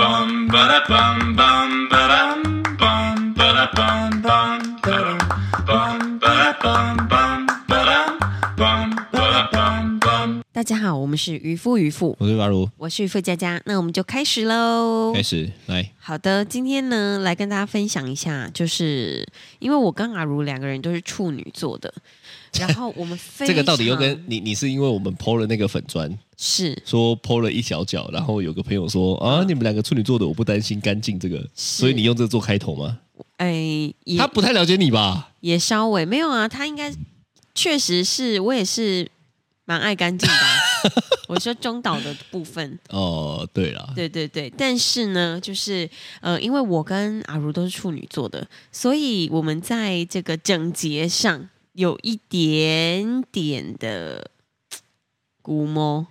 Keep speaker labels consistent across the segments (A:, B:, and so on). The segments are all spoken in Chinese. A: bum ba da bum bum ba dum bum ba da bum bum ba dum bum ba da bum bum ba dum bum ba da bum bum
B: 大家好，我们是渔夫渔妇，
C: 我是巴如，
B: 我是付佳佳，那我们就开始喽
C: 开。始来，
B: 好的，今天呢来跟大家分享一下，就是因为我跟阿如两个人都是处女座 的，然后我们非
C: 这个到底又
B: 常
C: 跟你你是因为我们剖了那个粉砖，
B: 是
C: 说剖了一小角，然后有个朋友说啊，你们两个处女座的，我不担心干净这个，所以你用这个做开头吗？
B: 哎也
C: 他不太了解你吧？
B: 也稍微没有啊，他应该确实是我也是蛮爱干净 的，啊我说中岛的部分。
C: 哦，对啦，
B: 对对对，但是呢，就是呃，因为我跟阿如都是处女座的，所以我们在这个整洁上有一点点的嘖估摸，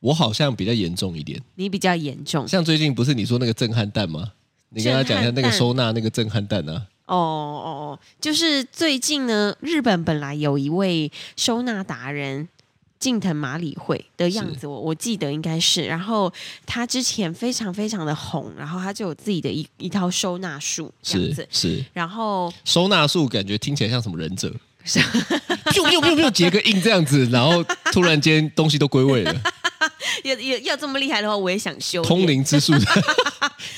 C: 我好像比较严重一点，
B: 你比较严重
C: 像最近不是你说那个震撼弹吗？你跟他讲一下
B: 震撼
C: 那
B: 弹
C: 个收纳那个震撼弹啊，
B: 哦哦哦，就是最近呢，日本本来有一位收纳达人。近藤麻里惠的样子，我我记得应该是。然后他之前非常非常的红，然后他就有自己的一一套收纳术这样
C: 是
B: 子。
C: 是
B: 然后
C: 收纳术，感觉听起来像什 么忍者，就就就就结个印这样子，然后突然间东西都归位了。
B: 要要要这么厉害的话，我也想修炼
C: 通。灵啊 之术的，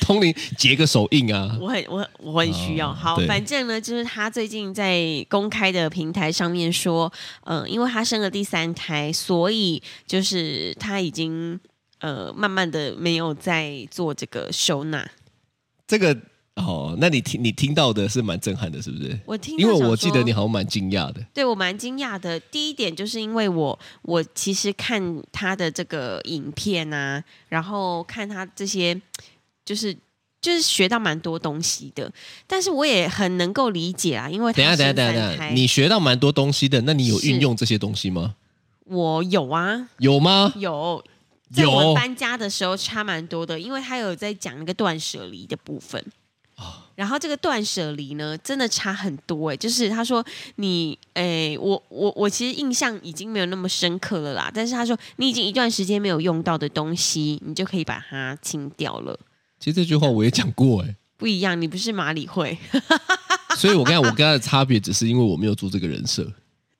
C: 通灵结个手印啊，
B: 我很我很我很需要。
C: 哦
B: 好，
C: 对
B: 反正呢，就是他最近在公开的平台上面说，呃，因为他生了第三胎，所以就是他已经呃慢慢的没有在做这个收纳。
C: 这个哦，那你听你听到的是蛮震撼的，是不是？
B: 我听，
C: 因为我记得你。好像蛮惊讶的，
B: 对我蛮惊讶的。第一点就是因为我我其实看他的这个影片啊，然后看他这些，就是就是学到蛮多东西的。但是我也很能够理解啊，因为他
C: 等一下等一下
B: 生
C: 等一下
B: 三
C: 等一下，
B: 胎
C: 你学到蛮多东西的，那你有
B: 是
C: 运用这些东西吗？
B: 我有啊，
C: 有吗？
B: 有。在我们
C: 有哦
B: 搬家的时候差蛮多的，因为他有在讲那个断舍离的部分。
C: 哦
B: 然后这个断舍离呢，真的差很多哎、就是他说你哎、我我我其实印象已经没有那么深刻了啦，但是他说你已经一段时间没有用到的东西，你就可以把它清掉了，
C: 其实这句话我也讲过哎、
B: 不一样。你不是马里会
C: 所以我跟他我跟他的差别只是因为我没有做这个人设，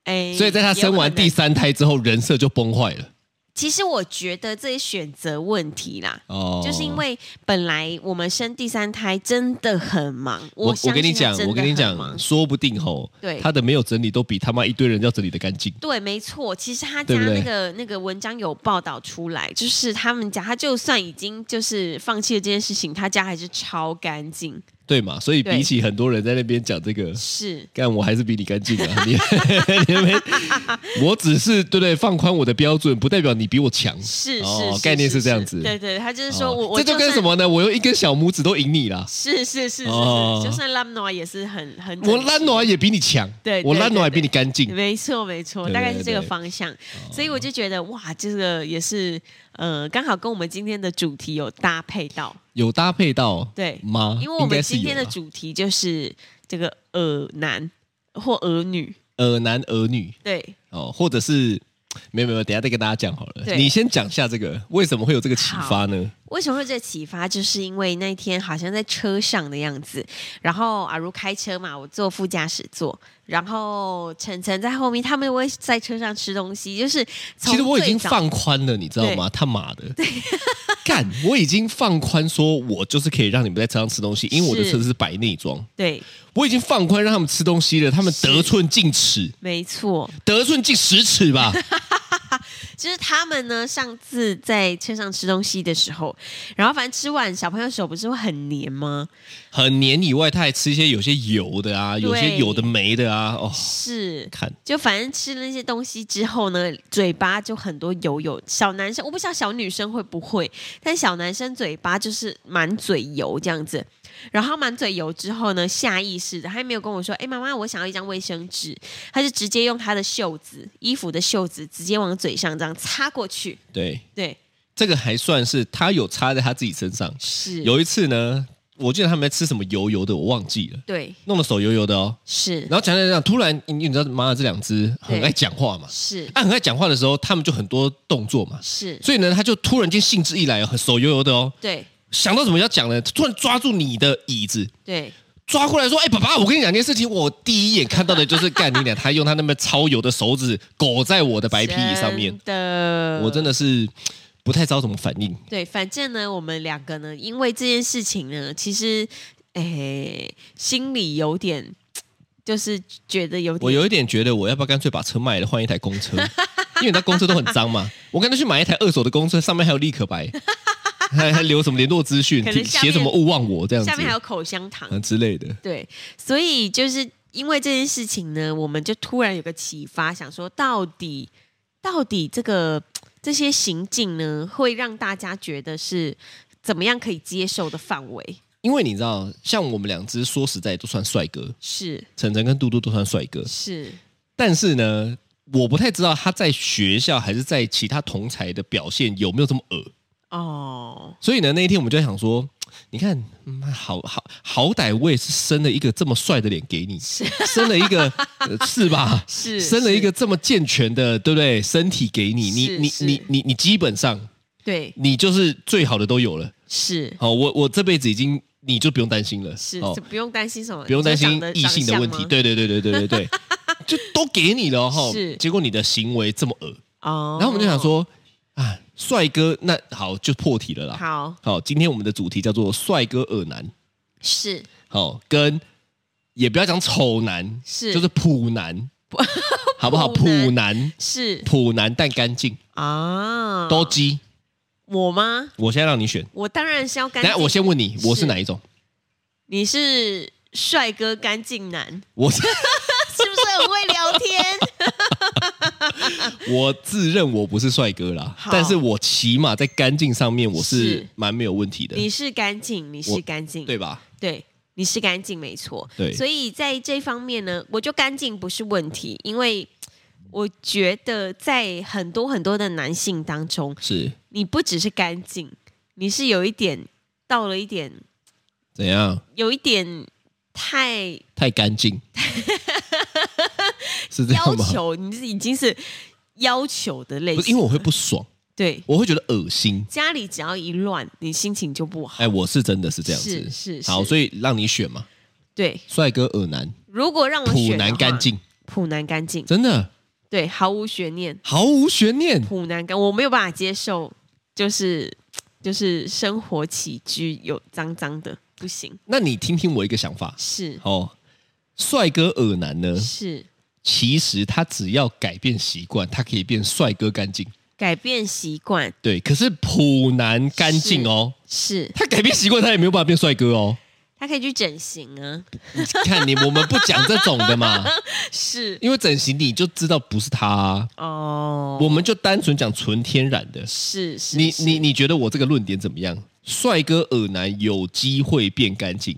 B: 哎，
C: 所以在他生完第
B: 有可能，
C: 三胎之后，人设就崩坏了
B: 其实我觉得这些选择问题啦，
C: 哦，
B: 就是因。为本来我们生第三胎真的很忙，
C: 我
B: 相
C: 跟你
B: 信他
C: 讲，
B: 真的
C: 我跟你
B: 很忙
C: 讲，说不定吼，
B: 对
C: 他的没有整理都比他妈一堆人要整理的干净。
B: 对，没错，其实他家
C: 对不对
B: 那个那个文章有报道出来，就是他们家，他就算已经就是放弃了这件事情，他家还是超干净，
C: 对嘛？所以
B: 对
C: 比起很多人在那边讲这个，
B: 是
C: 干我还是比你干净啊！你 你们，我只是对不对放宽我的标准，不代表你比我强。
B: 是是、
C: 哦
B: 是
C: 概念是这样子
B: 对对，他就是说
C: 哦
B: 我、我
C: 这就跟
B: 算
C: 什么呢？我用一根小拇指都赢你啦。
B: 是是是是是，
C: 哦
B: 就算拉诺也是很很
C: 我拉暖也比你强，
B: 对对
C: 我拉
B: 对
C: 暖也比你干净。
B: 没错，没错，
C: 对
B: 大概
C: 对
B: 是这个
C: 对哦
B: 方向，所以我就觉得哇，这个也是呃，刚好跟我们今天的主题有搭配到，
C: 有搭配到
B: 对
C: 吗？
B: 因为我
C: 应该
B: 们
C: 是
B: 今
C: 有
B: 天的
C: 啦
B: 主题就是这个耳男或耳女，
C: 儿男儿女
B: 对，
C: 哦，或者是没有没有，等一下再跟大家讲好了。
B: 对
C: 你先讲一下这个为什么会有这个启发呢？
B: 为什么会有这个启发？就是因为那天好像在车上的样子，然后阿如开车嘛，我坐副驾驶座，然后晨晨在后面，他们会在车上吃东西，就是从
C: 其实我已经
B: 最早
C: 放宽了，你知道吗？他妈的， 干！我已经放宽，说我就是可以让你们在车上吃东西，因为我的
B: 是
C: 车子是白内装，
B: 对，
C: 我已经放宽让他们吃东西了。他们得寸进尺，
B: 没错，
C: 得寸进十 尺吧？
B: 就是他们呢，上次在车上吃东西的时候，然后反正吃完小朋友手不是会很黏吗？
C: 很黏以外，他还吃一些有些油的啊，有些有的没的啊。哦，
B: 是，
C: 看
B: 就反正吃了那些东西之后呢，嘴巴就很多油油。小男生我不知道小女生会不会，但小男生嘴巴就是满嘴油这样子。然后满嘴油之后呢，下意识的他也没有跟我说：“哎，妈妈，我想要一张卫生纸。”他就直接用他的袖子，衣服的袖子直接往嘴上这样擦过去。
C: 对，
B: 对，
C: 这个还算是他有插在他自己身上。
B: 是，
C: 有一次呢，我记得他们在吃什么油油的，我忘记了，
B: 对，
C: 弄得手油油的哦。
B: 是
C: 然后讲讲讲，突然你你知道，妈的，这两只很
B: 对
C: 爱讲话嘛。
B: 是
C: 啊，很爱讲话的时候，他们就很多动作嘛，
B: 是，
C: 所以呢，他就突然间兴致一来哦，很手油油的哦，
B: 对，
C: 想到什么要讲呢，突然抓住你的椅子，
B: 对，
C: 抓过来说：“哎、爸爸，我跟你讲件事情，我第一眼看到的就是干你俩，他用他那么超油的手指勾在我的白屁上面，
B: 真的，
C: 我真的是不太知道怎么反应。
B: 对，反正呢，我们两个呢，因为这件事情呢，其实诶，心里有点，就是觉得有
C: 我
B: 点。
C: 有一点觉得，我要不要干脆把车卖了，换一台公车？ 因为那公车都很脏嘛，我干脆去买一台二手的公车，上面还有立可白，还还留什么联络资讯
B: 可能，下面
C: 写什么勿忘我这样子
B: 下面还有口香糖，
C: 嗯之类的。
B: 对，所以就是因为这件事情呢，我们就突然有个启发，想说到底到底这个这些行径呢，会让大家觉得是怎么样可以接受的范围？
C: 因为你知道，像我们两只说实在都算帅哥，
B: 是
C: 晨晨跟嘟嘟都算帅哥，
B: 是，
C: 但是呢，我不太知道他在学校还是在其他同才的表现有没有这么恶。
B: 哦，
C: 所以呢，那一天我们就在想说，你看，嗯、好好好歹我也是生了一个这么帅的脸给你，生了一个、呃是吧？
B: 是
C: 生了一个
B: 是
C: 这么健全的，对不对？身体给你，你
B: 是
C: 你
B: 是
C: 你你你基本上
B: 对
C: 你就是最好的都有了。
B: 是。
C: 好，我我这辈子已经你就不用担心了，
B: 是，
C: 哦
B: 这不用担心什么，
C: 不用担
B: 你
C: 心
B: 说长得
C: 异性的
B: 长
C: 问
B: 相
C: 题。
B: 吗
C: 对对对对对 对对，就都给你了哈、
B: 是
C: 结果你的行为这么恶，
B: 哦。
C: 然后我们就想，说啊，帅哥，那好就破题了啦。
B: 好
C: 好，今天我们的主题叫做帅哥恶男，
B: 是
C: 好跟也不要讲丑男，
B: 是
C: 就是 普男，好不好？
B: 普男
C: 普男，
B: 是
C: 普男但干净，
B: 啊，
C: 都鸡。
B: 我吗？
C: 我现在让你选，
B: 我当然是要干
C: 等一
B: 净。
C: 下我先问你，我是
B: 是
C: 哪一种？
B: 你是帅哥干净男，
C: 我 是
B: 是不是很会聊天？
C: 我自认我不是帅哥啦，
B: 好
C: 但是我起码在干净上面我是
B: 是
C: 蛮没有问题 的，
B: 你是干净，你是干净，
C: 对吧？
B: 对你是干净，没错。
C: 对
B: 所以在这方面呢，我就干净不是问题，因为我觉得在很多很多的男性当中，
C: 是
B: 你不只是干净，你是有一点到了一点，
C: 怎样？
B: 有一点太
C: 太干 净，是这
B: 要
C: 样吗？
B: 求，你是已经是要求的类
C: 不是，
B: 型，
C: 因为我会不爽，
B: 对。
C: 我会觉得恶心。
B: 家里只要一乱，你心情就不好。
C: 哎，我是真的是这样子，
B: 是是
C: 好，
B: 是
C: 所以让你选嘛，
B: 对，
C: 帅哥、恶男、
B: 如果让我选啊
C: 普
B: 的
C: 男
B: 话
C: 干，净，
B: 普男干净，
C: 真的
B: 对，毫无悬念，
C: 毫无悬念。
B: 普男干，我没有办法接受，就是就是生活起居有脏脏的，不行，
C: 那你听听我一个想法
B: 是
C: 哦，帅哥、恶男呢，
B: 是，
C: 其实他只要改变习惯，他可以变帅哥干净。
B: 改变习惯
C: 对，可是普男干净哦，
B: 是，
C: 他改变习惯，他也没有办法变帅哥 哦。
B: 他可以去整形啊，
C: 你看你，我们不讲这种的嘛，
B: 是
C: 因为整形你就知道不是他啊、
B: 哦，
C: 我们就单纯讲纯天然的。
B: 是是，
C: 你
B: 是
C: 你你觉得我这个论点怎么样？帅哥耳男有机会变干净，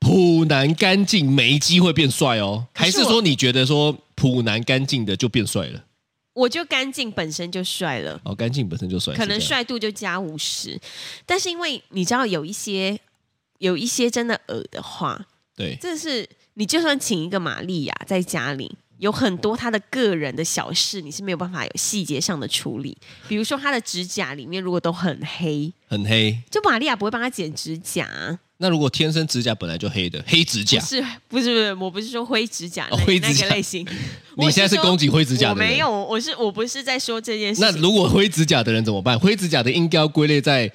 C: 普男干净没机会变帅哦？
B: 可
C: 还
B: 是我
C: 是说你觉得说普男干净的就变帅了？
B: 我就干净本身就帅了。
C: 哦，干净本身就帅，
B: 可能
C: 是这样。
B: 帅度就加五十，但是因为你知道有一些有一些真的恶的话，
C: 对，
B: 这是你就算请一个玛利亚在家里，有很多她的个人的小事，你是没有办法有细节上的处理。比如说她的指甲里面如果都很黑，
C: 很黑。
B: 就玛利亚不会帮她剪指甲，啊
C: 那如果天生指甲本来就黑的，黑指
B: 不
C: 甲，
B: 是不是不是，我不是说灰指甲那、
C: 哦灰指甲
B: 那个类 型。
C: 你现在是
B: 我说
C: 攻击灰指甲
B: 我
C: 的人
B: 没有，我是我不是在说这件事
C: 那
B: 情，
C: 如果灰指甲的人怎么办？灰指甲的应该要归类在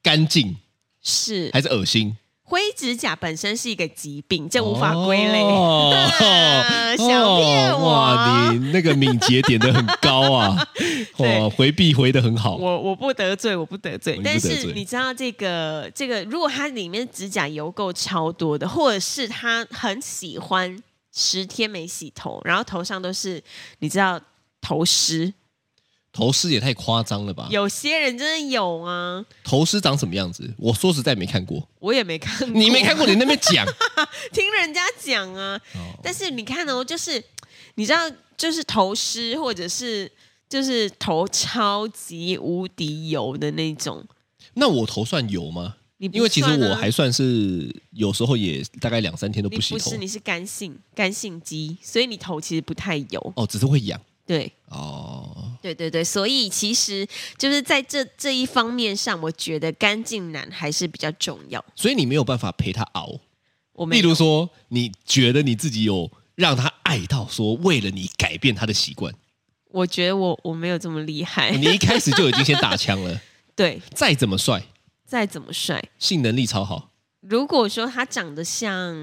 C: 干净
B: 是
C: 还是恶心？
B: 灰指甲本身是一个疾病，这无法归类。
C: 哦
B: 啊想骗我
C: 哇，你那个敏捷点的很 高啊！
B: 对
C: 哇，回避回的很好。
B: 我我不得罪，我不得罪
C: 哦。你不
B: 但
C: 得
B: 是
C: 罪
B: 你知道这个这个，如果它里面指甲油垢超多的，或者是他很喜欢十天没洗头，然后头上都是你知道头虱，
C: 头虱也太夸张了吧？
B: 有些人真的有啊，
C: 头虱长什么样子？我说实在没看过。
B: 我也没看过，
C: 你没看过，你那 边讲。
B: 听人家讲啊。
C: 哦
B: 但是你看哦，就是你知道，就是头虱或者是。就是头超级无敌油的那种，
C: 那我头算油吗？
B: 你不
C: 因为其实
B: 算啊
C: 我还算是有时候也大概两三天都
B: 你
C: 洗
B: 不
C: 头
B: 是，你是干性干性肌，所以你头其实不太油。
C: 哦，只是会痒。
B: 对
C: 哦，
B: 对对对，所以其实就是在这这一方面上，我觉得干净男还是比较重要。
C: 所以你没有办法陪他熬。
B: 我们
C: 例如说，你觉得你自己有让他爱到说为了你改变他的习惯，
B: 我觉得我我没有这么厉害，
C: 你一开始就已经先打枪 了。
B: 对，
C: 再怎么帅，
B: 再怎么帅，
C: 性能力超好，
B: 如果说他长得像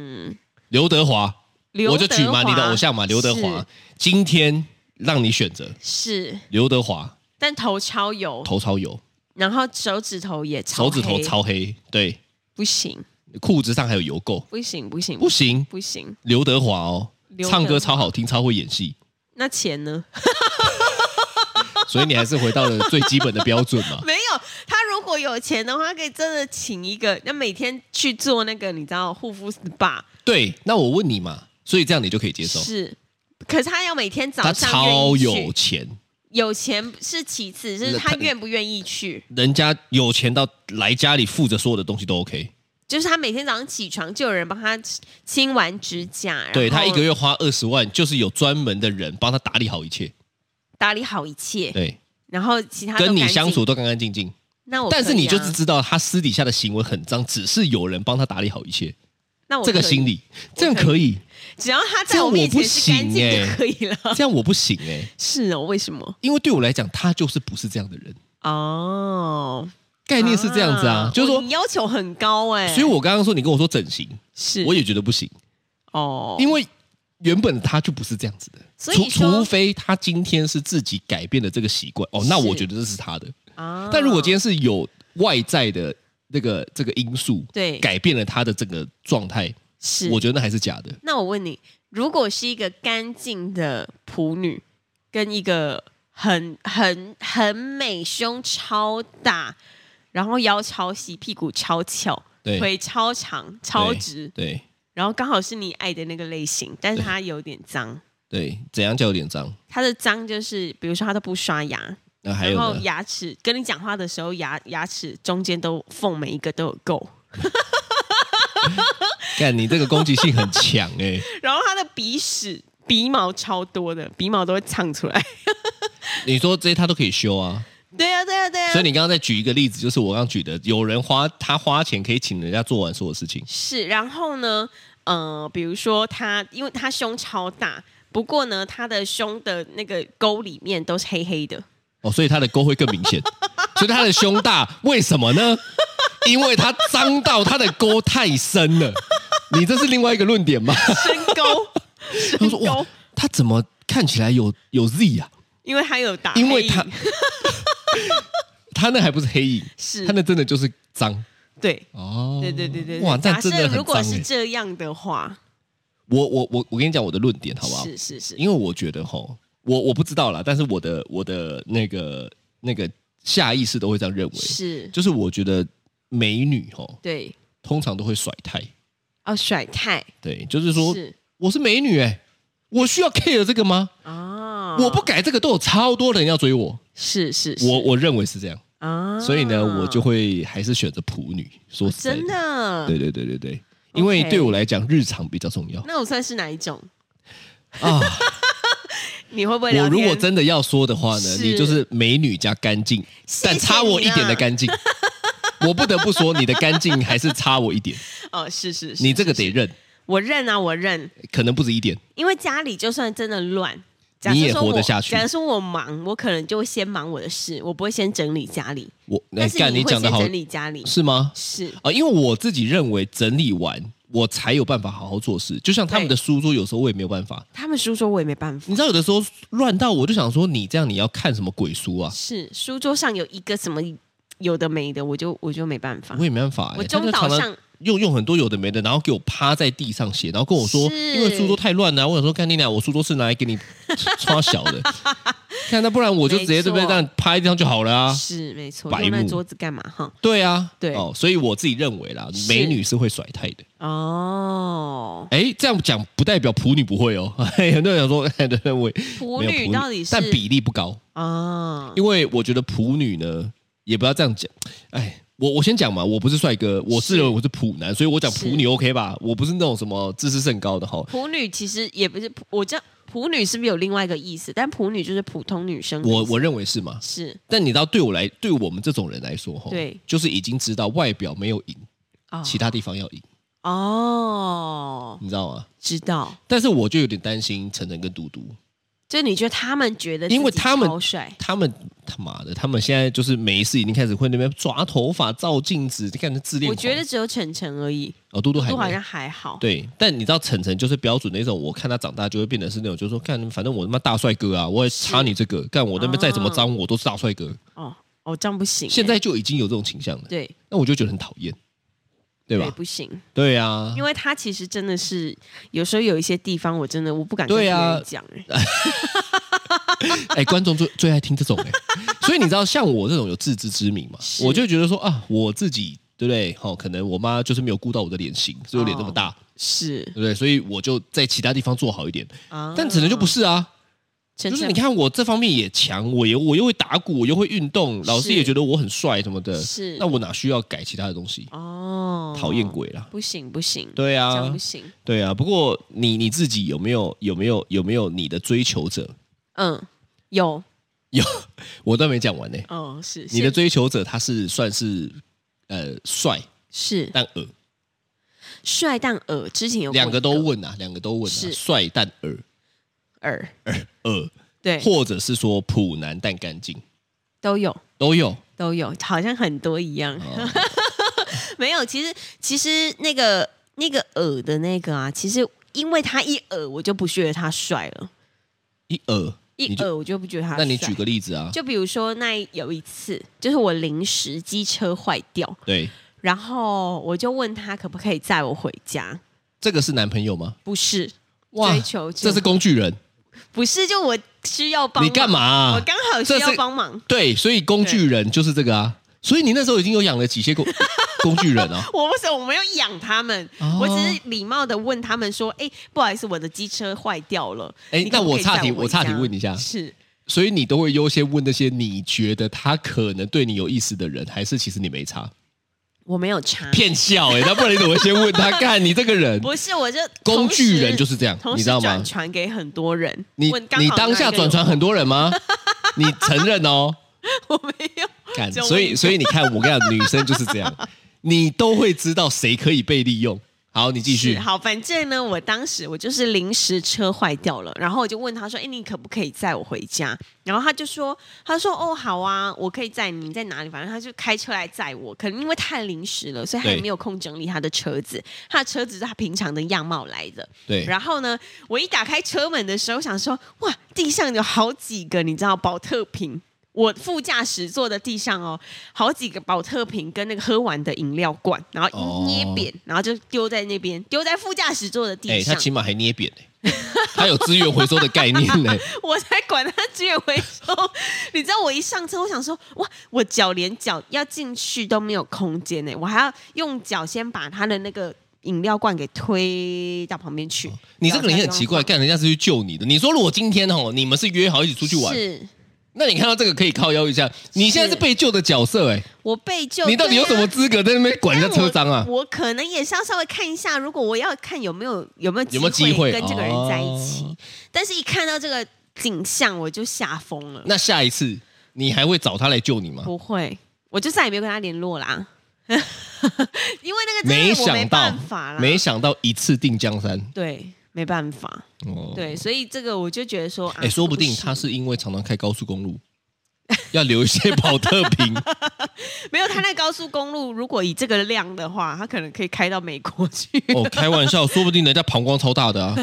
C: 刘德华，
B: 刘
C: 我就举嘛，
B: 德华
C: 你的偶像嘛，刘德华。今天让你选择
B: 是是，
C: 刘德华，
B: 但头超油，
C: 头超油，
B: 然后手指头也超
C: 手指头
B: 黑
C: 超黑，对，
B: 不行
C: 裤子上还有油垢，
B: 不行不行
C: 不行。
B: 不行，
C: 刘德华哦，
B: 刘德华
C: 唱歌超好听，超会 演戏，
B: 那钱呢？ 。
C: 所以你还是回到了最基本的标准嘛
B: 没有，他如果有钱的话，可以真的请一个，那每天去做那个，你知道护肤 SPA
C: 对，那我问你嘛，所以这样你就可以接受。
B: 是，可是他要每天早
C: 他
B: 上
C: 超
B: 愿意去
C: 有钱，
B: 有钱是其次，就是
C: 那
B: 他
C: 他
B: 愿不愿意去，
C: 人家有钱到来家里负责所有的东西都 OK。
B: 就是他每天早上起床就有人帮他清完指甲，
C: 对
B: 然后
C: 他一个月花二十万，就是有专门的人帮他打理好一切。
B: 打理好一切，
C: 对，
B: 然后其哎他都
C: 跟你
B: 干净
C: 相处，都干干净净，
B: 那我可以啊、
C: 但是你就是知道他私底下的行为很脏，只是有人帮他打理好一切，
B: 那我
C: 这个
B: 哦可以
C: 心，理，这样可以，
B: 只要他
C: 这
B: 在
C: 样
B: 我面
C: 我不
B: 前是干净
C: 行
B: 就
C: 欸
B: 可以了。
C: 这样我不行哎、
B: 是哦，为什么？
C: 因为对我来讲，他就是不是这样的人，
B: 哦，
C: 概念是这样子啊，就是
B: 哦
C: 说，
B: 你要求很高哎、
C: 所以我刚刚说你跟我说整形，
B: 是
C: 我也觉得不行，
B: 哦，
C: 因为原本他就不是这样子的。
B: 所以
C: 除
B: 说
C: 除非他今天是自己改变了这个习惯哦，那
B: 是
C: 我觉得这是他的。
B: 啊
C: 但如果今天是有外在的那个这个因素，
B: 对
C: 改变了他的整个状态，
B: 是
C: 我觉得那还是假的。
B: 那我问你，如果是一个干净的普女，跟一个很很很美、胸超大，然后腰超细、屁股超翘、
C: 对
B: 腿超长、超
C: 对
B: 直，
C: 对
B: 然后刚好是你爱的那个类型，但是
C: 对
B: 她有点脏。
C: 对，怎样叫有点脏？
B: 她的脏就是，比如说她都不刷牙，
C: 那还
B: 然
C: 有
B: 后
C: 呢？
B: 牙齿跟你讲话的时候，牙牙齿中间都缝每一个都有垢，
C: 干，你这个攻击性很强 哎、
B: 然后她的鼻屎、鼻毛超多的，鼻毛都会唱出来。
C: 你说这些他都可以修啊，
B: 对呀、对呀、啊对呀、
C: 所以你刚刚再举一个例子，就是我刚刚举的，有人花他花钱可以请人家做完所有事情，
B: 是，然后呢，呃，比如说他，因为他胸超大，不过呢，他的胸的那个沟里面都是黑黑的，
C: 哦，所以他的沟会更明 显，所以他的胸大，为什么呢？因为他脏到他的沟太深了，你这是另外一个论点吗？
B: 深 沟，
C: 他
B: 深
C: 说哇
B: 沟，，
C: 他怎么看起来有有 Z 啊？
B: 因为他有打黑影，
C: 因为他 他那还不是黑影，
B: 是
C: 他那真的就是脏
B: 对。
C: 哦。
B: 对对对对，对
C: 哇，
B: 假
C: 但真的
B: 设如
C: 很
B: 果
C: 脏
B: 是
C: 欸。
B: 这样的话，
C: 我我我我跟你讲我的论点好不好？
B: 是是是，
C: 因为我觉得吼，我我不知道啦，但是我的我的那个那个下意识都会这样认为，
B: 是，
C: 就是我觉得美女吼
B: 对，
C: 通常都会甩态，
B: 哦，甩太
C: 对，就是说
B: 是
C: 我是美女哎、我需要 care 这个吗？
B: 啊，
C: 我不改这个都有超多人要追我，
B: 是是是
C: 我我认为是这样。
B: 啊，哦
C: 所以呢，我就会还是选择普女。说实在
B: 真，的，
C: 对对对对对，因为
B: OK
C: 对我来讲，日常比较重要
B: 那我算是哪一种？
C: 啊。
B: 你 会不会聊
C: 我如
B: 天？
C: 果真的要说的话呢，
B: 是
C: 你就是美女加干净，
B: 谢谢啊
C: 但差我一点 的干净。我不得不说，你的干净还是差我一点，
B: 哦，是是是，
C: 你这个
B: 是
C: 得认，
B: 我认啊，我认，
C: 可能不止一点。
B: 因为家里就算真的乱，假
C: 你
B: 设
C: 也
B: 说我
C: 活得下去
B: 假如说我忙，我可能就会先忙我的事，我不会先整理家里。
C: 我
B: 但
C: 来
B: 是
C: 哎干，
B: 你
C: 你
B: 会
C: 讲
B: 先
C: 的好
B: 整理家里，
C: 是吗？
B: 是
C: 啊，因为我自己认为整理完，我才有办法好好做事。就像他们的书桌，有时候我也没有办法。
B: 他们书桌我也没办法。
C: 你知道，有的时候乱到我就想说，你这样你要看什么鬼书 啊？
B: 是书桌上有一个什么有的没的，我就我就没办法
C: 我。也没办法、欸，
B: 我
C: 他
B: 中
C: 就
B: 岛
C: 常
B: 上
C: 常用用很多有的没的，然后给我趴在地上写，然后跟我说，
B: 是
C: 因为书桌太乱了、啊我想说，干你俩，我书桌是拿来 给你刷小的，看那不然我就直接
B: 没
C: 对
B: 错
C: 不对？这样趴在地上就好了啊。
B: 是没错，
C: 白
B: 用那
C: 目
B: 桌子干嘛哈？
C: 对啊，
B: 对
C: 哦，所以我自己认为啦，
B: 是
C: 美女是会甩态的。
B: 哦，
C: 哎，这样讲不代表普女不会哦。 嘿很多人想说，哎，对对，我
B: 普
C: 没有
B: 女到底是
C: 但比例不高，
B: 啊？
C: 因为我觉得普女呢，也不要这样讲。哎，我我先讲嘛，我不是帅哥，我是
B: 是
C: 我是普男，所以我讲
B: 是
C: 普你 OK 吧？我不是那种什么自视甚高的哈。
B: 普女其实也不是，我这样普女是不是有另外一个意思？但普女就是普通女生的意思，
C: 我我认为是嘛，
B: 是
C: 但你知道，对我来，对我们这种人来说，哈，
B: 对
C: 就是已经知道外表没有赢，
B: 哦
C: 其他地方要赢，
B: 哦，
C: 你知道吗？
B: 知道。
C: 但是我就有点担心晨晨跟嘟嘟，
B: 就你觉得他们觉得自己
C: 因为他们
B: 超帅，
C: 他们他妈的，他们现在就是每一次已经开始会那边抓头发、照镜子，看那自恋
B: 我
C: 狂。
B: 觉得只有晨晨而已，
C: 哦，嘟嘟还
B: 都好
C: 没
B: 像还好。
C: 对，但你知道晨晨就是标准那种，我看他长大就会变得是那种，就是说，看反正我他妈大帅哥啊，我也差你这个，干我那边再怎么脏，我都是大帅哥。
B: 哦，哦，这样不行欸。
C: 现在就已经有这种倾向了，
B: 对
C: 那我就觉得很讨厌，对吧？
B: 不行，
C: 对啊，
B: 因为他其实真的是有时候有一些地方，我真的我不敢跟别
C: 对啊
B: 人讲欸。
C: 哎、观众最最爱听这种哎、 所以你知道，像我这种有自知之明嘛，
B: 是
C: 我就觉得说啊，我自己对不对？哦，可能我妈就是没有顾到我的脸型，所以我脸这么
B: 哦
C: 大，
B: 是
C: 对不对？所以我就在其他地方做好一点，
B: 啊，
C: 但只能就不是啊，
B: 晨
C: 就是
B: 晨
C: 你看我这方面也强，我也我又会打鼓，我又会运动，老师
B: 是
C: 也觉得我很帅什么的，
B: 是
C: 那我哪需要改其他的东西？
B: 哦，
C: 讨厌，鬼啦！
B: 不行不行，
C: 对
B: 这样
C: 啊
B: 不，行。
C: 对啊。不过你你自己有没有有没有有没有你的追求者？
B: 嗯，有，
C: 我都没讲完呢、
B: 哦，是
C: 你的
B: 现
C: 追求者他是算是呃帅
B: 是
C: 但耳，
B: 帅但耳，之前有
C: 两
B: 个
C: 个都问啊，两个都问啊，
B: 是
C: 帅但耳
B: 耳，
C: 耳，
B: 对，
C: 或者是说普男但干净
B: 都有
C: 都有。
B: 都有，好像很多一样。
C: 哦
B: 没有，其实其实那个那个耳的那个啊，其实因为他一耳，我就不觉得他帅了，
C: 一耳，
B: 一
C: 你就
B: 耳我就不觉得他帅。
C: 那你举个例子啊？
B: 就比如说那有一次，就是我临时机车坏掉，
C: 对，
B: 然后我就问他可不可以载我回家，
C: 这个是男朋友吗？
B: 不是
C: 哇
B: 追求者
C: 这是工具人，
B: 不是就我需要帮忙
C: 你干嘛啊
B: 我刚好需
C: 这
B: 要
C: 是
B: 帮忙。
C: 对，所以工具人就是这个啊。所以你那时候已经有养了几 些工工具人啊？
B: 我不是，我没有养他们，
C: 哦
B: 我只是礼貌的问他们说：“哎、不好意思，我的机车坏掉了。
C: 哎
B: 你可不可以
C: 那我岔题
B: 载我
C: 我岔题
B: 回家
C: 问一啊下
B: 是
C: 所以你都会优先问那些你觉得他可能对你有意思的人，还是其实你 没差？
B: 我没有查，
C: 骗笑哎、那不然你怎么先 问他？干你这个人，
B: 不是，我就
C: 工具人就是是这样
B: 同，
C: 你
B: 时
C: 知道吗
B: 转？传给很多人。
C: 你
B: 问刚好
C: 你当
B: 那
C: 下
B: 一个
C: 转
B: 有
C: 传很多 人吗？你承认哦，
B: 我没有，
C: 干，
B: 就
C: 所
B: 问
C: 以
B: 一
C: 所以你看，我跟你讲，女生就是这样，你都会知道谁可以被利用。好，你继续
B: 是。啊好，反正呢，我当时我就是临时车坏掉了，然后我就问他说：“哎，你可不可以载我回家？”然后他就说：“他说哦，好啊，我可以载你，你在哪里？反正他就开车来载我。可能因为太临时了，所以他也
C: 对
B: 没有空整理他的车子，他的车子是他平常的样貌来的。
C: 对，
B: 然后呢，我一打开车门的时候，想说哇，地上有好几个，你知道保特瓶。”我副驾驶座的地上哦，好几个保特瓶跟那个喝完的饮料罐，然后
C: 哦
B: 捏扁，然后就丢在那边，丢在副驾驶座的
C: 哎、
B: 地
C: 他
B: 上。
C: 起码还捏扁呢、 他有资源回收的概念呢、
B: 我才管他资源回收。你知道我一上车，我想说，哇，我脚连脚要进去都没有空间呢，我还要用脚先把他的那个饮料罐给推到旁边去。
C: 你这个人也很奇怪，
B: 然后
C: 干人家是去救你的。你说如果今天哦，你们是约好一起出去
B: 再装
C: 玩
B: 放，是
C: 那你看到这个可以靠腰一下。你现在是被救的角色哎、
B: 我被救，
C: 你到底有
B: 对
C: 什
B: 啊
C: 么资格在那边管人
B: 但
C: 家车脏啊？
B: 我？我可能也是要稍微看一下，如果我要看有没有有没有
C: 有没有机会
B: 跟这个人在一起，
C: 哦
B: 但是一看到这个景象我就吓疯了，
C: 那下一次你还会找他来救你吗？
B: 不会，我就再也没有跟他联络啦。 因为那个真的
C: 没
B: 我没
C: 想到
B: 办法啦，，
C: 没想到一次定江山
B: 对，没办法，
C: 哦。
B: 对，所以这个我就觉得说，哎、
C: 哎、说不定他是因为常常开高速公路，要留一些 保特瓶。
B: 没有他那高速公路，如果以这个量的话，他可能可以开到美国去。
C: 哦，开玩笑，说不定人家膀胱超大的 啊，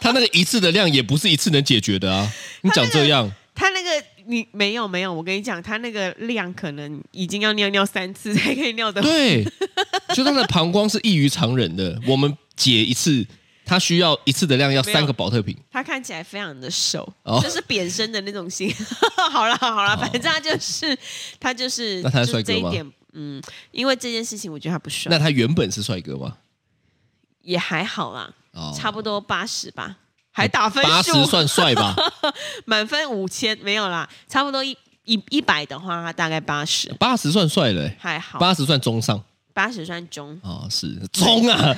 C: 他那个一次的量也不是一次能解决的啊。你讲这样，
B: 他那个你没有没有，我跟你讲，他那个量可能已经要尿尿三次才可以尿得完。
C: 对，就他的膀胱是异于常人的。我们解一次，他需要一次的量要
B: 没有
C: 三个保特瓶。
B: 他看起来非常的瘦，
C: 哦
B: 就是扁身的那种型。 好了好了，反正他就是他就是，
C: 那他是
B: 就
C: 帅哥
B: 这一
C: 吗
B: 点，嗯，因为这件事情，我觉得他不帅，
C: 那他原本是帅哥吗？
B: 也还好啦，
C: 哦
B: 差不多八十吧，还打分
C: 八十
B: 数，
C: 算帅吧？
B: 满分五千没有啦，差不多一一一百的话，他大概八十，
C: 八十算帅了、欸，
B: 还好，
C: 八十算中上
B: 八十算中。
C: 哦，是中 啊，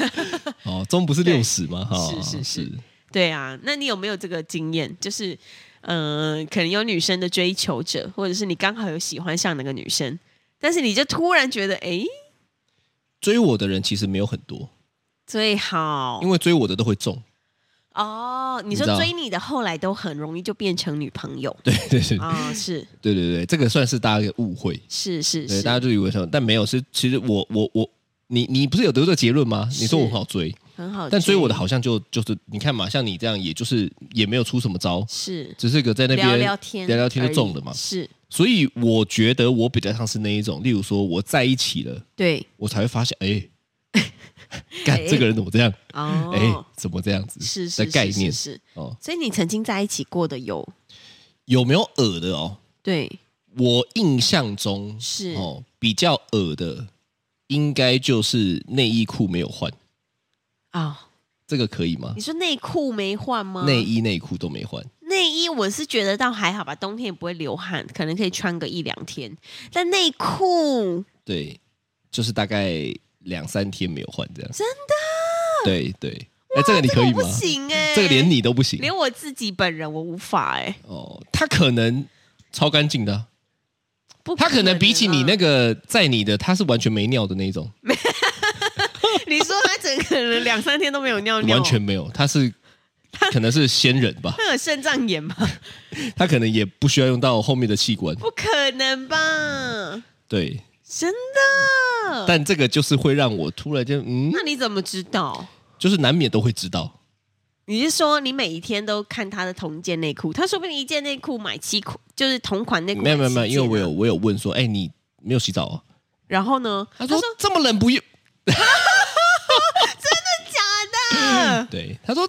C: 哦，中不是
B: 对
C: 六十吗？哈、哦，
B: 是是是对啊，那你有没有这个经验？就是，嗯、可能有女生的追求者，或者是你刚好有喜欢上哪个女生，但是你就突然觉得，哎，
C: 追我的人其实没有很多，
B: 最好
C: 因为追我的都会中。
B: 哦。你
C: 你
B: 说
C: 知道
B: 追你的后来都很容易就变成女朋友
C: 对对对
B: 啊、是
C: 对对对，这个算是大家的误会，
B: 是是
C: 对，
B: 是
C: 大，家就以为什么，但没有是，其实我我我，你你不是有得出结论吗？你说我很好追，
B: 很好。
C: 但追我的好像就就是你看嘛，像你这样，也就是也没有出什么招，
B: 是
C: 只是个在那边
B: 聊聊天，
C: 聊聊天就中了嘛。
B: 是
C: 所以我觉得我比较像是那一种，例如说我在一起了，
B: 对
C: 我才会发现，哎、 干、这个人怎么这样？
B: 哎哦，
C: 哎、怎么这样子？
B: 是是
C: 的概
B: 是
C: 念
B: 是是。
C: 哦，
B: 所以你曾经在一起过的有
C: 有没有耳的哦？
B: 对
C: 我印象中
B: 是
C: 哦，比较耳的应该就是内衣裤没有换，
B: 哦？
C: 这个可以吗
B: 你？说内裤没换吗？
C: 内衣内裤都没换，
B: 内衣我是觉得倒还好吧，冬天也不会流汗，可能可以穿个一两天。但内裤
C: 对，就是大概两三天没有换这样。真的？对对，哎、这个你
B: 这个
C: 可
B: 我
C: 以
B: 不
C: 吗？
B: 行哎、
C: 这个连你都不行
B: 连我自己本人我无法哎、
C: 哦，他可能超干净的啊、
B: 不
C: 他可
B: 能啊
C: 能比起你那
B: 个，
C: 个在你的，他是完全没尿的那一种，
B: 你说他整个人两三天都没有尿尿，
C: 完全没有，他是可能是仙人 吧，
B: 他有肾脏炎吗？
C: 他可能也不需要用到后面的器官，
B: 不可能吧，嗯
C: 对，
B: 真的？
C: 但这个就是会让我突然间，嗯，
B: 那你怎么知道？
C: 就是难免都会知道，
B: 你是说你每一天都看他的同一件内裤？他说不定一件内裤买七款，就是同款内裤
C: 没有没有没有，
B: 买七
C: 因
B: 件啊
C: 为我有。我有问说，哎、你没有洗澡啊？
B: 然后呢？
C: 他说这么冷不 用，
B: 假的？
C: 对，他说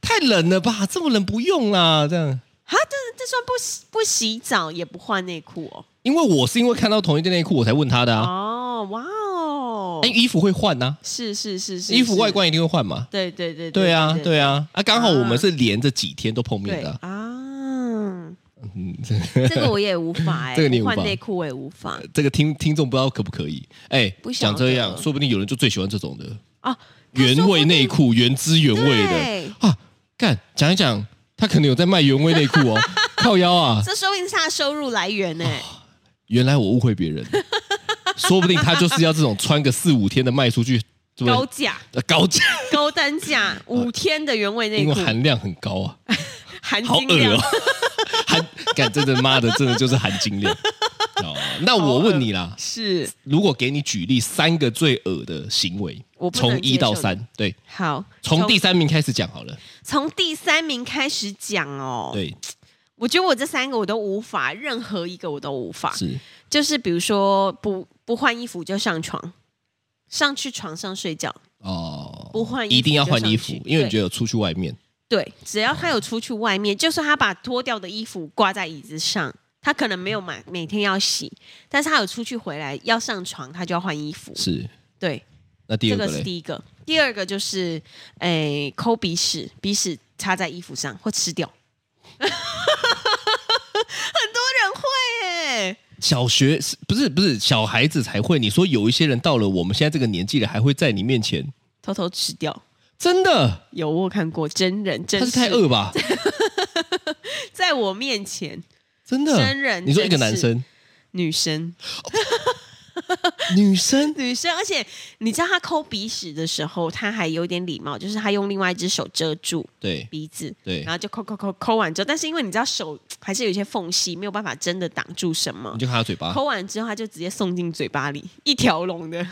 C: 太冷了吧，这么冷不用啦，这样，
B: 啊，这这算不洗不洗澡也不换内裤哦？
C: 因为我是因为看到同一件内裤我才问他的啊，
B: 哦，哇哦
C: 哎、！衣服会换呐、
B: 是是是是，
C: 衣服
B: 是
C: 外，观一定会换嘛，
B: 对对对
C: 对啊，
B: 对
C: 对啊，啊，刚好我
B: 啊
C: 们是连着几天都碰面
B: 对
C: 的啊、
B: 啊，
C: 嗯，
B: 这个我也无 法哎，
C: 这个你
B: 不换
C: 无法
B: 内裤我也无法
C: 这个听听众不知道可不可以？哎
B: 不，晓
C: 讲
B: 得
C: 这样，说不定有人就最喜欢这种的
B: 啊。
C: 呃原味内裤，原汁原味
B: 对，
C: 的啊。干，讲一讲，他可能有在卖原味内裤 哦，靠腰啊！
B: 这说不定是他的收入来源哎呢。
C: 原来我误会别人 了，说不定他就是要这种穿个四五天的卖出去，对不
B: 高
C: 对
B: 价、
C: 呃高价，
B: 高单价，五天的原味内
C: 因
B: 裤
C: 为，含量很高啊，
B: 含
C: 好
B: 金
C: 恶
B: 量
C: 哦。 含，干，真的妈的，真的就是含金 量。哦，那我问你啦，
B: 是
C: 如果给你举例三个最恶的行为
B: 我，不能
C: 从一到
B: 接受的
C: 三，对，
B: 好，
C: 从第三名开始讲好了。
B: 从第三名开始讲哦。，
C: 对，
B: 我觉得我这三个我都无法，任何一个我都无法。
C: 是
B: 就是比如说不不换衣服就上床，上去床上睡觉，
C: 哦，
B: 不换衣服
C: 一定要换衣
B: 就
C: 服
B: 上，去
C: 因为你觉得有出去外面，
B: 对，只要他有出去外面，就算他把脱掉的衣服挂在椅子上。他可能没有买，每天要洗，但是他有出去回来要上床，他就要换衣服。
C: 是
B: 对，
C: 那第
B: 这
C: 二个
B: 个是
C: 嘞，
B: 第一个。第二个就是，诶、抠鼻屎，鼻屎插在衣服上或吃掉。 很多人会诶、
C: 小学是不是不是小孩子才会？你说有一些人到了我们现在这个年纪了，还会在你面前，
B: 偷偷吃掉。
C: 真的，
B: 有我有看过真人，真
C: 他
B: 事
C: 是太 恶吧？
B: 在我面前，
C: 真的，
B: 真人
C: 你说一个
B: 真
C: 男
B: 事
C: 生，
B: 女生，
C: 女生
B: 女生，而且你知道他抠鼻屎的时候，他还有点礼貌，就是他用另外一只手遮住
C: 对
B: 鼻子，
C: 对
B: 然，后就抠抠抠抠完之后，但是因为你知道手还是有一些缝隙，没有办法真的挡住什么
C: 你，就看他嘴巴，
B: 抠完之后，他就直接送进嘴巴里，一条龙 的。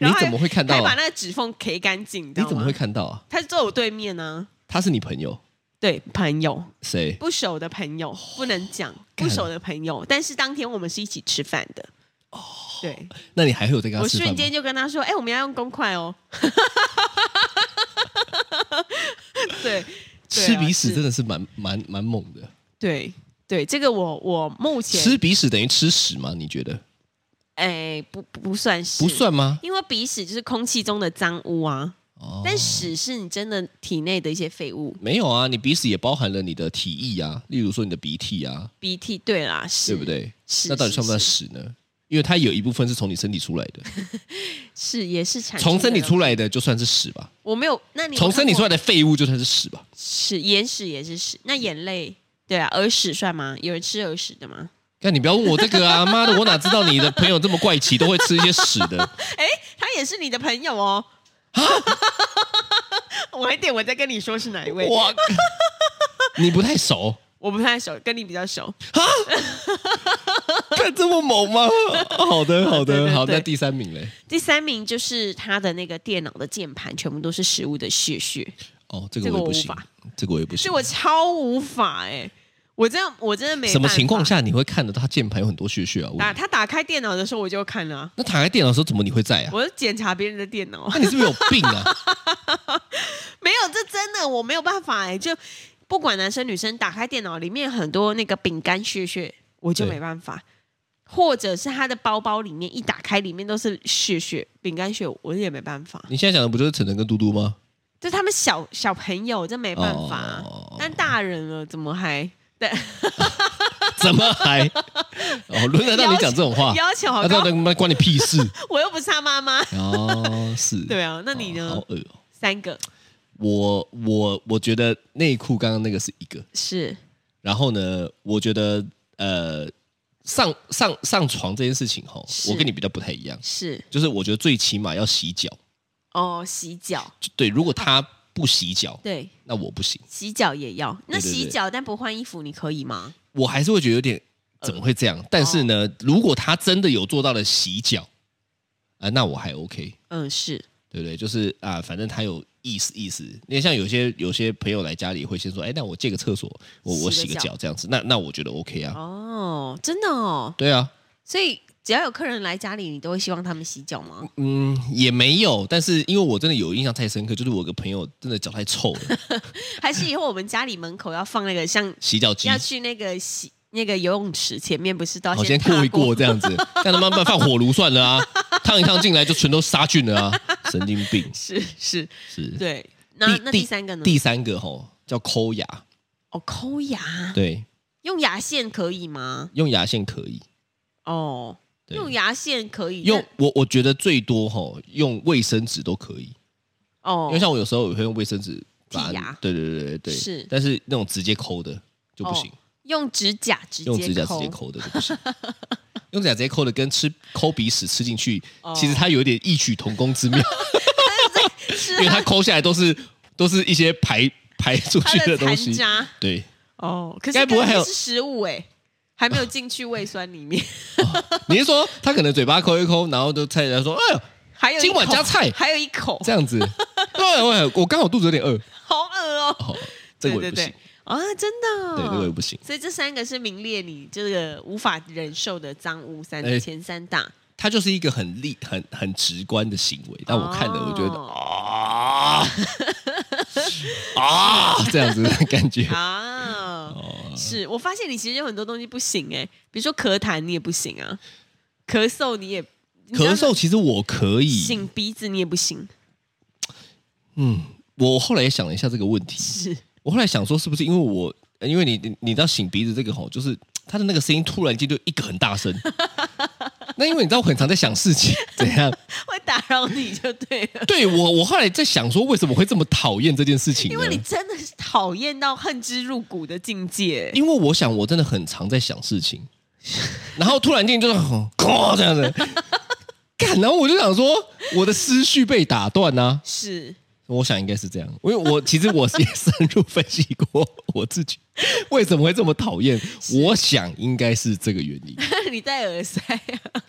C: 你
B: 然后还
C: 怎么会看到
B: 还把
C: 啊？
B: 那个指缝 K 干净，你知
C: 你
B: 道
C: 怎么
B: 吗
C: 会？看到啊？
B: 他就坐我对面呢、
C: 他是你朋友
B: 对，朋友
C: 谁？
B: 不熟的朋友不能讲，
C: 哦干
B: 不熟的朋友。但是当天我们是一起吃饭的。哦，对，
C: 那你还会有在跟他
B: 我
C: 吃
B: 瞬
C: 饭吗
B: 间？就跟他说：“哎、我们要用公筷哦。” 对，对啊
C: 吃鼻屎
B: 是
C: 真的是蛮蛮蛮猛的，
B: 对，对，这个我我目前
C: 吃鼻屎等于吃屎吗？你觉得
B: 哎、不不算是
C: 不算吗？
B: 因为鼻屎就是空气中的脏污啊。
C: 哦
B: 但屎是你真的体内的一些废物，
C: 没有啊，你鼻屎也包含了你的体液啊，例如说你的鼻涕啊，
B: 鼻涕，对啦，屎，
C: 对不？对？
B: 是
C: 那到底算不算屎呢？因为它有一部分是从你身体出来的，
B: 是也是产
C: 从身体出
B: 来，
C: 来的就算是屎吧，
B: 我没有，那你
C: 从身体出来
B: 的
C: 的废物就算是屎吧。
B: 屎，眼屎也是屎，那眼泪，对啊，耳屎算吗？有人吃耳屎的吗？
C: 但你不要问我这个啊！ 妈的，我哪知道你的朋友这么怪奇，都会吃一些屎的？
B: 哎，他也是你的朋友哦。
C: 啊
B: 晚一点我再跟你说是哪一位，
C: 哇，你不太熟
B: 我不太熟，跟你比较熟。
C: 啊？看这么猛吗？ 好的，好
B: 对对
C: 的，
B: 对
C: 好，那第三名嘞？
B: 第三名就是他的那个电脑的键盘，全部都是食物的屑屑，
C: 哦，这
B: 这
C: 个
B: 个
C: 我也
B: 我无
C: 不行
B: 法，
C: 这个我也不行
B: 是。我超无法哎、我真的我真的没
C: 什么
B: 办法
C: 情况下你会看得到他键盘有很多屑屑啊？我
B: 打他打开电脑的时候我就看了啊、
C: 那躺在电脑的时候怎么你会在啊？
B: 我就检查别人的电脑，
C: 那你是不是有病 啊？
B: 没有这真的我没有办法哎、就不管男生女生打开电脑里面很多那个饼干屑屑，我就
C: 对
B: 没办法。或者是他的包包里面一打开，里面都是屑屑、饼干屑，我也没办法。
C: 你现在讲的不就是晨晨跟嘟嘟吗？
B: 就他们小小朋友，这没办法啊、
C: 哦
B: 但大人了，怎么还对？
C: 怎么还？哦，轮得到你讲这种 话？
B: 要求好
C: 那
B: 高
C: 到，底关关你屁事？
B: 我又不是他妈妈。
C: 哦，是。
B: 对啊，那你
C: 哦
B: 呢？
C: 好恶哦。
B: 三个
C: 我我我觉得内裤刚刚那个是一个，
B: 是
C: 然后呢，我觉得呃上上上床这件事情吼，
B: 是
C: 我跟你比较不太一样，
B: 是
C: 就是我觉得最起码要洗脚，
B: 哦，洗脚
C: 就对，如果他不洗脚，
B: 对，
C: 那我不行，
B: 洗脚也要。那
C: 对对
B: 洗
C: 对
B: 脚但不换衣服，你可以吗？
C: 我还是会觉得有点怎么会这
B: 哦
C: 样？但是呢，如果他真的有做到了洗脚，啊、那我还 OK。
B: 嗯，是
C: 对不对？就是啊，反正他有意思意思。因为像有些有些朋友来家里会先说，哎，那我借个厕所，我我
B: 洗
C: 洗
B: 个
C: 个脚这样子。那那我觉得 OK 啊，
B: 哦，真的哦。
C: 对啊，
B: 所以只要有客人来家里，你都会希望他们洗脚吗？
C: 嗯，也没有。但是因为我真的有印象太深刻，就是我有个朋友真的脚太臭了，
B: 还是以后我们家里门口要放那个像
C: 洗脚机
B: 要去那个洗那个游泳池前面，不是都要
C: 好先
B: 踏
C: 过一过？这 样子，但他妈慢放火炉算了啊，烫一烫进来就全都杀菌了啊，神经 病
B: 是是，
C: 是。
B: 对。那那第三个呢？
C: 第三个吼叫抠牙，
B: 哦，抠牙，
C: 对，
B: 用牙线可以吗？
C: 用牙线可以，
B: 哦，
C: 对
B: 用牙线可以，
C: 用我我觉得最多吼用卫生纸都可以。
B: 那哦
C: 因为，像我有时候也会用卫生纸把
B: 剔牙
C: 对对对对对，
B: 是
C: 但是那种直接抠的就不行，
B: 用指甲直接
C: 用指甲直
B: 抠
C: 接抠的就不行。用指甲直接抠的跟吃抠鼻屎吃进去，
B: 哦
C: 其实它有点异曲同 工之妙，
B: 是
C: 因为
B: 它
C: 它抠下来都是都是一些排排出去
B: 它的
C: 东
B: 残
C: 西。
B: 渣
C: 对，
B: 哦，可是
C: 该不会
B: 刚刚
C: 还有
B: 是食物哎，还没有进去胃酸里 面，
C: 你是说它可能嘴巴抠一抠，然后就菜人说：“哎呦，
B: 还有一
C: 今晚
B: 口
C: 加菜
B: 还有一口，
C: 这样子。”哎对，我我刚好肚子有点饿，
B: 好恶哦，
C: 哦，这个我也
B: 对
C: 不
B: 对
C: 行
B: 对，啊，真的哦，
C: 对，这个我也不行。
B: 所以这三个是名列你这个无法忍受的脏污三
C: 哎
B: 前三大。
C: 它就是一个很立、很很直观的行为，但我看了，我觉得
B: 哦
C: 啊啊 这样子的感觉。
B: 啊，
C: 哦
B: 是我发现你其实有很多东西不行哎、比如说咳痰你也不行啊，咳嗽你也
C: 咳，嗽其实我可
B: 你知道擤
C: 以，
B: 鼻子你也不行，
C: 我后来也想了一下这个问题，
B: 是
C: 我后来想说是不是因为我，呃因为你你你知道擤鼻子这个吼，就是他的那个声音突然间就一个很 大声。那因为你知道我很常在想事情，怎样？
B: 会打扰你就对了，
C: 对我，我后来在想说，为什么会这么讨厌这件事情呢？
B: 因为你真的是讨厌到恨之入骨的境界、
C: 因为我想我真的很常在想事情，然后突然间就是 吼哐这样子，干，然后我就想说我的思绪被打断啊，
B: 是
C: 我想应该是这样，因为我其实我也深入分析过我自己为什么会这么讨厌，我想应该是这个原因，
B: 你戴耳塞、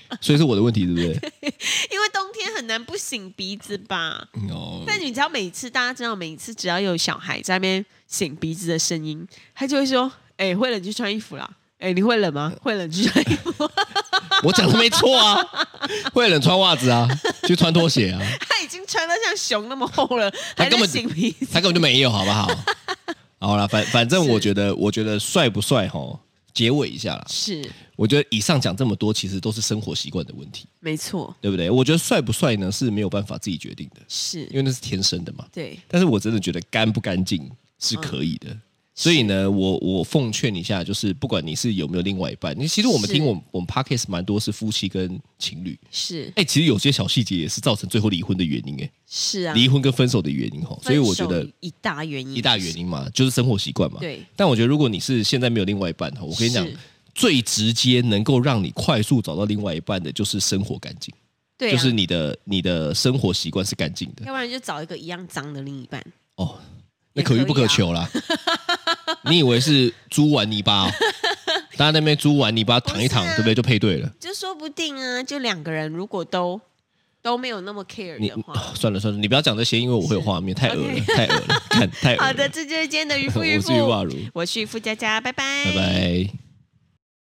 B: 啊，
C: 所以是我的问题，对不对？
B: 因为冬天很难不擤鼻子吧？
C: 嗯哦，
B: 但你知道，每次大家知道，每次只要有小孩在那边擤鼻子的声音，他就会说：“哎、会冷就穿衣服啦。哎、你会冷吗？会冷就穿衣服。
C: 我讲的没错啊，会冷穿袜子啊，去穿拖鞋啊，”
B: 他已经穿到像熊那么厚了，还
C: 他
B: 在
C: 根本
B: 擤鼻 子。
C: 他根本就没有，好不好？好啦，反反正我觉得，我觉得帅不帅吼，结尾一下啦。
B: 是
C: 我觉得以上讲这么多，其实都是生活习惯的问题，
B: 没错，
C: 对不对？我觉得帅不帅呢是没有办法自己决定的，因
B: 是
C: 为那是天生的嘛。
B: 对，
C: 但是我真的觉得干不干净是可以的。所以呢，我我奉劝一下，就是不管你是有没有另外一半，你其实我们
B: 是
C: 听我们我们 podcast 蛮多是夫妻跟情侣，
B: 是
C: 哎、其实有些小细节也是造成最后离婚的原因、
B: 是啊
C: 哎，，离婚跟分手的原因哈。所以我觉
B: 分
C: 得
B: 手一大原因，
C: 一大原因嘛，就是生活习惯嘛。
B: 嗯对。
C: 但我觉得如果你是现在没有另外一半哈，我跟你讲
B: 是，
C: 最直接能够让你快速找到另外一半的就是生活干净，
B: 对、啊，
C: 就是你的你的生活习惯是干净的。
B: 要不然就找一个一样脏的另一半，
C: 哦，那
B: 也
C: 可遇
B: 可
C: 不
B: 以
C: 可
B: 啊
C: 求啦。 你以为是猪玩泥巴、哦？大家那边猪玩泥巴躺一躺，
B: 不是啊
C: 对不对？就配对了。
B: 就说不定啊，就两个人如果都都没有那么 care
C: 你哦
B: 的 话。
C: 算了算了，你不要讲这些，因为我会有画面，太恶 了，
B: OK
C: 太恶了，看太恶了。
B: 好的，，这就是今天的渔
C: 我
B: 夫渔
C: 是
B: 夫，
C: 玉霸如，
B: 我是渔夫佳佳，拜拜，
C: 拜拜。